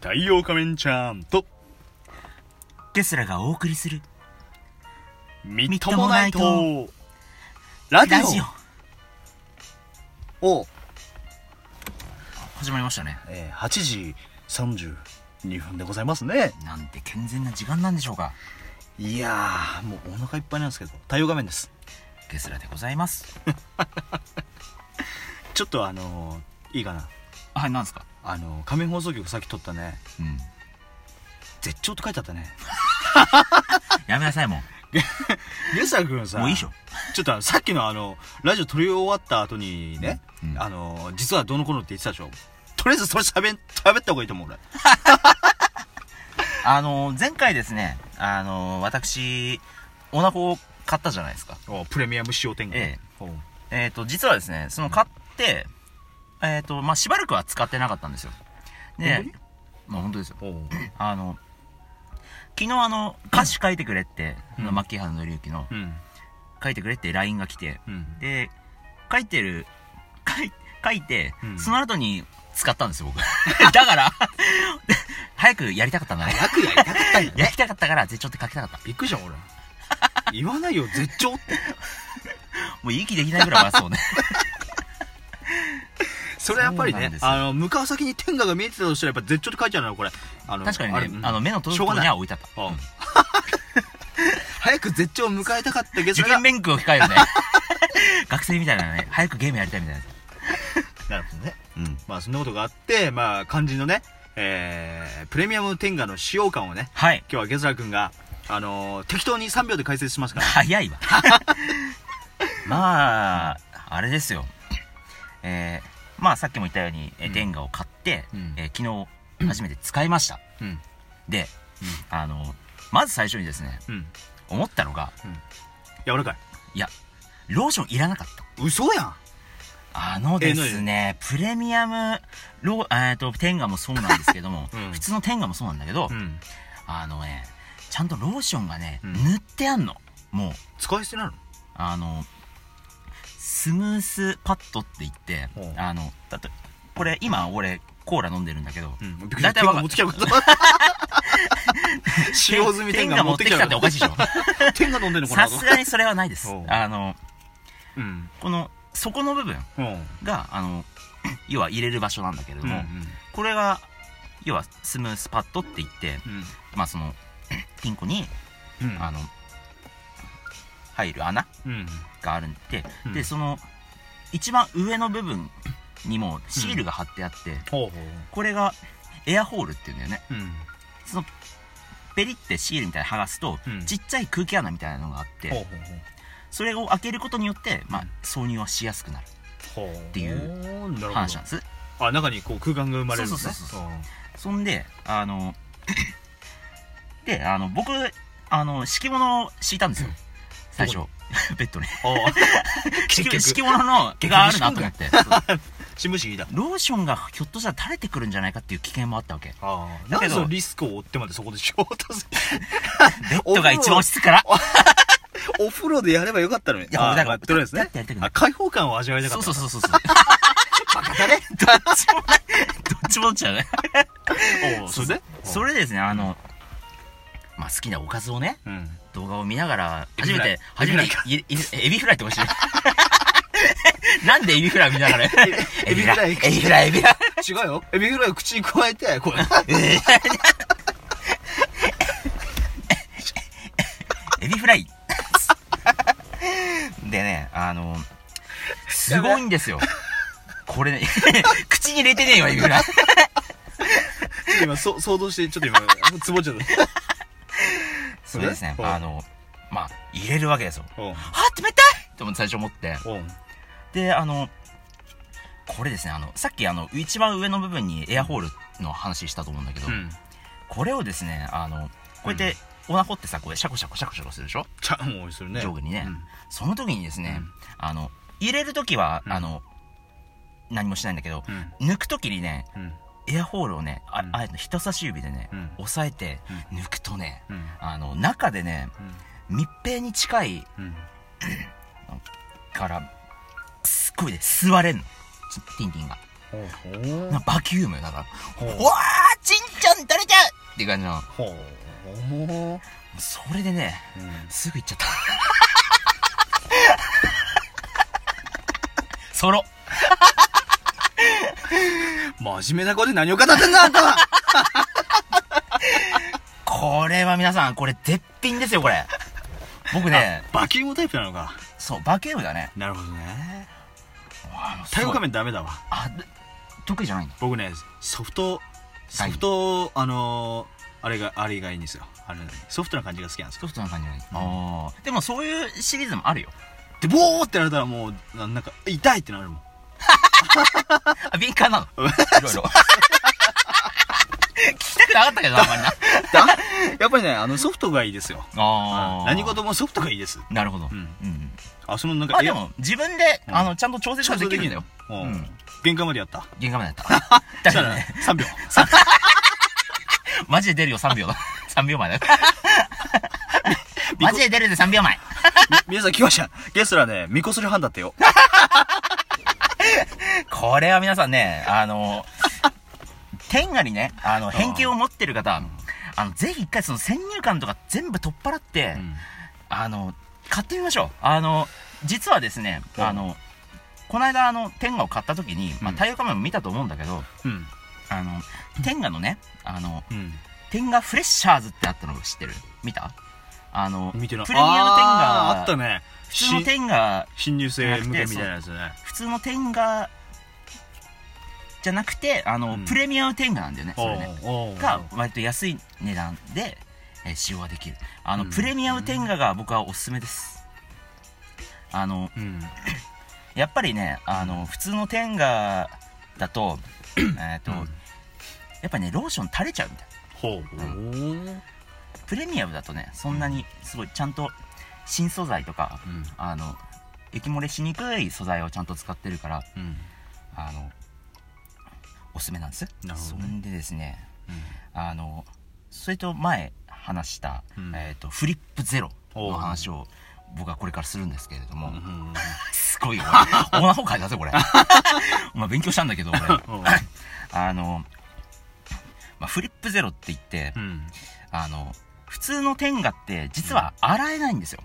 太陽仮面ちゃんと、テスラがお送りするみっっととももなないいとと、ラジラジオオを、始まりましたねえー8時32分でございますね。なんて健全な時間なんでしょうかいやー、もうお腹いっぱいなんですけど、太陽仮面です。テスラでございますちょっとあのー、いいかな。はいなんですかあのー、仮面放送局さっき撮ったね、うん絶頂って書いてあ ったね。やめなさいもんゲスラ君さ、もういいでしょちょっとあのさっきのあの、ラジオ撮り終わった後にね、うんうんあのー、実はどうの頃って言ってたでしょ。とりあえずそれ喋ん、喋った方がいいと思う、俺。あのー前回ですねあのー私オナホを買ったじゃないですかおプレミアム仕様展開。ええおうえっ、と実はですねその買ってえっ、とまあしばらくは使ってなかったんですよ本で当にまあ本当ですよおうあの昨日あの歌詞書いてくれって、うんマッキーハのりゆきのうん。書いてくれって LINE が来てうん。で書いてる書い書いて、うんその後に使ったんですよ僕 だからで早くやりたかったな早くやりたかったんだね。やりたかったから絶頂って書きたかった びっくりじゃん、俺。言わないよ、絶頂 って。もう息できないぐらい笑そうねそれやっぱりそうなねんで、すよあの、向かう先に天下が見えてたとしたら、やっぱ絶頂って書いち ゃうのよ、これ。あの確かにねあれうんの目の届しくょうがところなにい。は置いてあったうん 早く絶頂を迎えたかったけど受な験。勉強を控え るね学生みたいなね早くゲームやりたいみたいななるほどね。うんまあ、そんなことがあって、まあ、肝心のね、えー、プレミアム天下の使用感をね、はい今日はゲズラ君が、あのー適当に3秒で解説しますから。早 いわまああれですよえー、まあさっきも言ったように、えうんー、天下を買って、うんえー昨日初めて使いました、うん。で、あのまず最初にですねうん。思ったのが柔らかい。いやローションいらなかった嘘やんあのですねプレミアムロー、えー、と天下もそうなんですけども、 うん普通の天下もそうなんだけど、ん。あのねちゃんとローションがね、うん塗ってあんのもう使い捨てなのあのスムースパッドって言ってほうあのだってこれ今俺コーラ飲んでるんだけど、うん。びっくりした。大体天わ下か持ってきた こと。使用済み天下天持持っっててききたたっておかししいでしょい。天下飲ん でんのこのさ後すがにそれはないですほうあのうん。この底の部分うん。があの 要は入れる場所なんだけれどうん。も、これが要はスムースパッドって言ってうん。まあその ピンコにうん。あの入る穴うん。があるんで、うんでその一番上の部分にもシールが貼ってあって、ほうほこれがエアホールっていうんだよねう。うん。そのペリってシールみたいに剥がすと、うんちっちゃい空気穴みたいなのがあって、ほうほうそれを開けることによって、まあうん、挿入はしやすくなるほう。ほう。っていううなるほ話なんど。ですあ、中にこう空間が生まれるのね。そうそうそうそんで、あの、 で、あの、僕、あの、敷物を敷いたんですよ。最初。 ベッドに。うんあ敷 結局敷物の毛があるなと思って。そうあ、新聞紙だ。 ローションがひょっとしたら垂れてくるんじゃないかっていう危険もあったわけ。ああ。だなんけでどそのリスクを負ってまでそこで仕事するベッドが一番落ち着くから。 お風呂でやればよかったのに。いやあーだからまあとりあえずだねってやりたく。ないあ、開放感を味わいたかそっうたそうのか。そうそう。バカだね。どっちもない。どっちもどっちだね。おうそれでそれでですね、あの、まあ、好きなおかずをね、うん。動画を見ながら、エビ初フめライて、初めてエ、いいエビフライって欲しい。 なんでエビフライ見ながらエビフライエビフライ、エビフライ。違うよ。エビフライを口に加えて、これ。エビフライ。でね、あの、すごいんですよ。これね、 口に入れてねえよ、エビフライ。今、そ想像して、ちょっと今、つぼっちゃった。それですね、うんあの、まあ、入れるわけですよ。おうあ、冷たいと思って最初思って。おうで、あの、これですね、あの、さっきあの、一番上の部分にエアホールの話したと思うんだけど、うん。これをですね、あの、こうやって、オナホってさ、こうシャコシャコシャコシャコするでしょちゃんをするね。上下にねうんその時にですね、うんあの、入れる時は、うんあの、何もしないんだけど、うん。抜く時にね、うん。エアホールをね、あ,、うんあえて人差し指でね、うん押さえて、抜くとね、うん。あの、中でね、密閉に近いうん。から、すっごいね、吸われんの。ティンティンが。ほうほうなバキュームだから、ほううわーちんちゃん取れちゃうっていう感じの。ほう。それでね、うんすぐ行っちゃった。ソロ。真面目な子で何を語ってんだ、あんたはこれは皆さん、これ絶品ですよ、これ。僕ね、バキュームタイプなのか。そう、バケームだね。なるほどね。わあもうす太ごい陽仮面ダメだわ。あ、で得意じゃないんだ。僕ね、ソフト、ソフト、あのー、あれが、あれがいいんですよ。あれソフトな感じが好きなんですよ。ソフトな感じがいい。あーでもそういうシリーズもあ るよ。で、ボーってなったらもう、ななんか、痛いってなるもん。あ、敏感なの。 いろいろ。聞きたくなかったけ どな、あんまりな。だ やっぱりね、あの、ソフトがいいですよ。あはーい何事もソフトがいいです。なるほど。うんうん。あ、そのなんまか、あでも、自分で、うんあの、ちゃんと調え、節ができるんだよ。ううんん。限界までやった。限界までだった。だ したかららね、 3秒。マジで出るよ、3秒だ。3秒 前だよ。マジで出るぜ、3秒前。み皆さん来ました。ゲストはね、ミコスルハンだったよ。これは皆さんね、あの、天下にね、あの、ん偏見を持ってる方、あの、ぜひ一回その先入観とか全部取っ払って、あの、買ってみましょう。あの、実はですね、うんあの、この間、あの、天下を買った時に、まあ、うん太陽仮面も見たと思うんだけど、うん。あの、天下のね、あの、うん。天下フレッシャーズってあったの知ってる見たあの、見てない。プレミアム天あー下あったね。普通の天下、新入生向けみたいなやつね。普通の天下じゃなくて、あの、うんプレミアム天下なんだよね、それね。おうおうが、割と安い値段で、えー使用ができる。あの、うんプレミアム天下が僕はおすすめです。あの、うん。やっぱりね、あの、普通の天下だと、 えっと、うんやっぱりね、ローション垂れちゃうみたいほう。な。プレミアムだとね、そんなに、すごい、ちゃんと、新素材とか、うん。あの、液漏れしにくい素材をちゃんと使ってるから、うん。あの、おすすめなんです。なるほどねそんでですね、あの、それと前話した、うんえっ、と、フリップゼロの話を、僕はこれからするんですけれども、うん。すごいよ、俺。オーナー崩壊だぜ、 これ。お前勉強したんだけど、俺。あの、まあ、フリップゼロって言って、うん。あの、普通の天下って実は洗えないんですよ。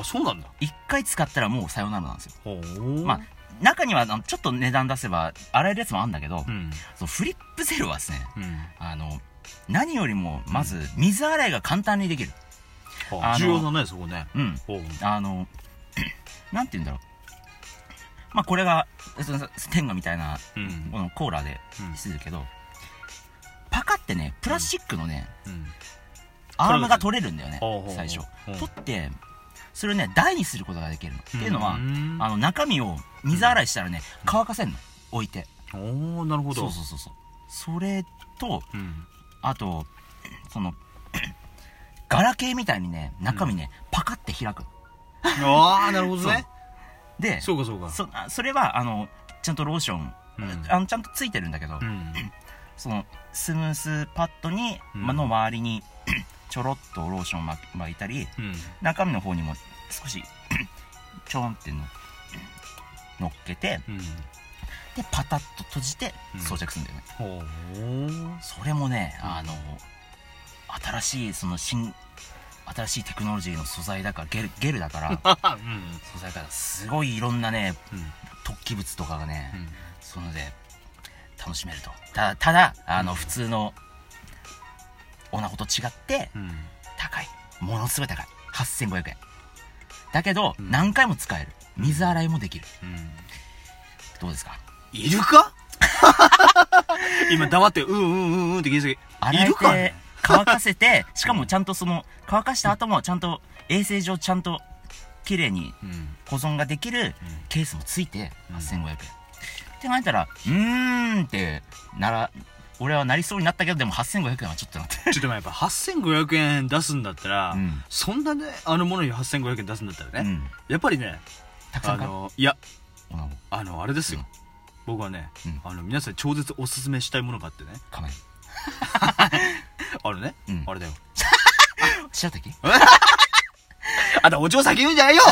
あ、そうなんだ。一回使ったらもうさよならなんですよ。ほう。まあ、中にはあのちょっと値段出せば洗えるやつもあるんだけど、うん。そのフリップゼロはですね、うん。あの、何よりもまず水洗いが簡単にできる。ほうあの重要だね、そこね。うん。ほう。あの、 なんて言うんだろう。まあ、これが、その天下みたいな、うんこのコーラでうんするけど、パカってね、プラスチックのね、うん。アームが取れるんだよねほうほうほう最初うん取ってそれをね台にすることができるのっていうのはんあの中身を水洗いしたらね乾かせんの置いておーなるほそどうそうそうそうそれとうんあとその ガラケーみたいにね中身ねパカって開くのああなるほどねでそうかそうかそあそれはあのちゃんとローションうんあのちゃんとついてるんだけうどんそのスムースパッドにうんまの周りに ちょろっとローションをま巻いたりうん中身の方にも少し ちょんっての 乗っけてうんでパタッと閉じてうん装着するんだよね、ほうそれもねうんあの新しいその新新しいテクノロジーの素材だからゲルゲルだから うん素材からすごいいろんなねうん突起物とかがね、うんそので楽しめるとただただあの普通のオナホと違ってうん高いものすごい高い8500円だけど、うん何回も使える水洗いもできるうんどうですかいるか今黙って、うんうんうんうんって聞いてたけど、い洗えるかてね乾かせてしかもちゃんとその乾かした後もちゃんと衛生上ちゃんと綺麗にうん。保存ができるうんケースもついてうん8500円、って考えたらうーんってなら俺はなりそうになったけどでも8500円はちょっとなって、ちょっとまあやっぱ8500円出すんだったら、うんそんなね、あのものに8500円出すんだったらね、うんやっぱりね、たくさあん買うの、いや、おなごあの、あれですよ。うん僕はね、うんあの、皆さんに超絶おすすめしたいものがあってね、仮面あれね、うんあれだよ。白滝あんたお嬢先言うんじゃ ないよ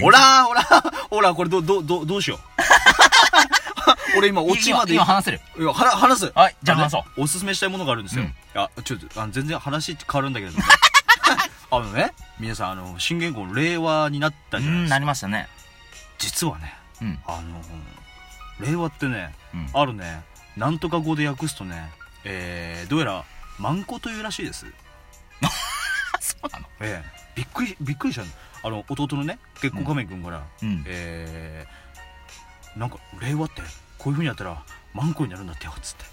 ほらほらほらこれどどどどうしよう 俺今今オチまで今話せるいやはら話すはいじゃあの話そうねおすすめしたいものがあるんですよ、うんいやちょっとあの全然話変わるんだけれ どもあのね皆さんあの新元号令和になったうじゃないんですなかりましたね実はねうんあの令和ってねうんあるねなんとか語で訳すとねえー、どうやらマンコというらしいですそうなのええびっくりびっくりしたのあの弟のね結婚仮面君から、うんえー、なんか令和ってこういう風にやったらマンコになるんだってよっつって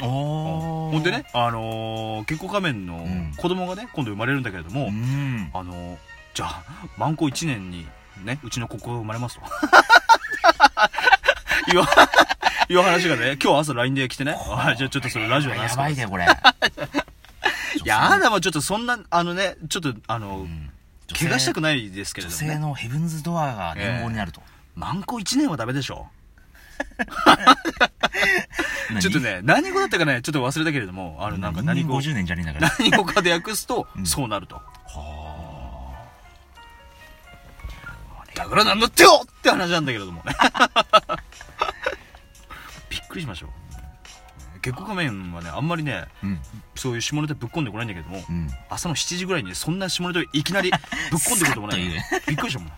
おーほんでねあのー、結婚仮面のうん子供がね今度生まれるんだけれども、うんあのー、じゃあマンコ1年にねうちの子供が生まれますと いういう話がね今日朝 LINE で来てねあじゃあちょっとそれラジオなやすばいねこれやだもうちょっとそんなあのねちょっとあの、うん 怪我したくないですけれ女ども、ね、性のヘブンズドアが年号になると、マンコ1年はダメでしょちょっとね、何語だったかね、ちょっと忘れたけれども、あの、なんか何語、 50年じゃねえんだから 何語かで訳すとう、んそうなると。はだからなんだってよって話なんだけれどもね。 びっくりしましょう。結構仮面はね、あんまりね、あうんそういう下ネタぶっ込んでこないんだけども、うん朝の7時ぐらいにそんな下ネタいきなりぶっ込んでくるともなさっい。と言うねびっくりした もん。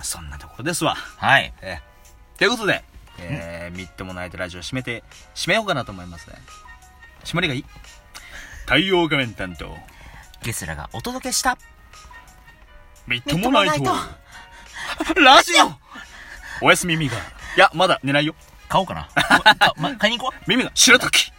そんなところですわ。はいえーということで、えー、みっともないとラジオ締めて、締めようかなと思いますね。締まりがいい太陽仮面担当、ゲスラがお届けしたみっともないみっとともな、ラジオおやすみ耳が。いや、まだ寝ないよ。 買おうかなかま買いに行こう耳が白滝。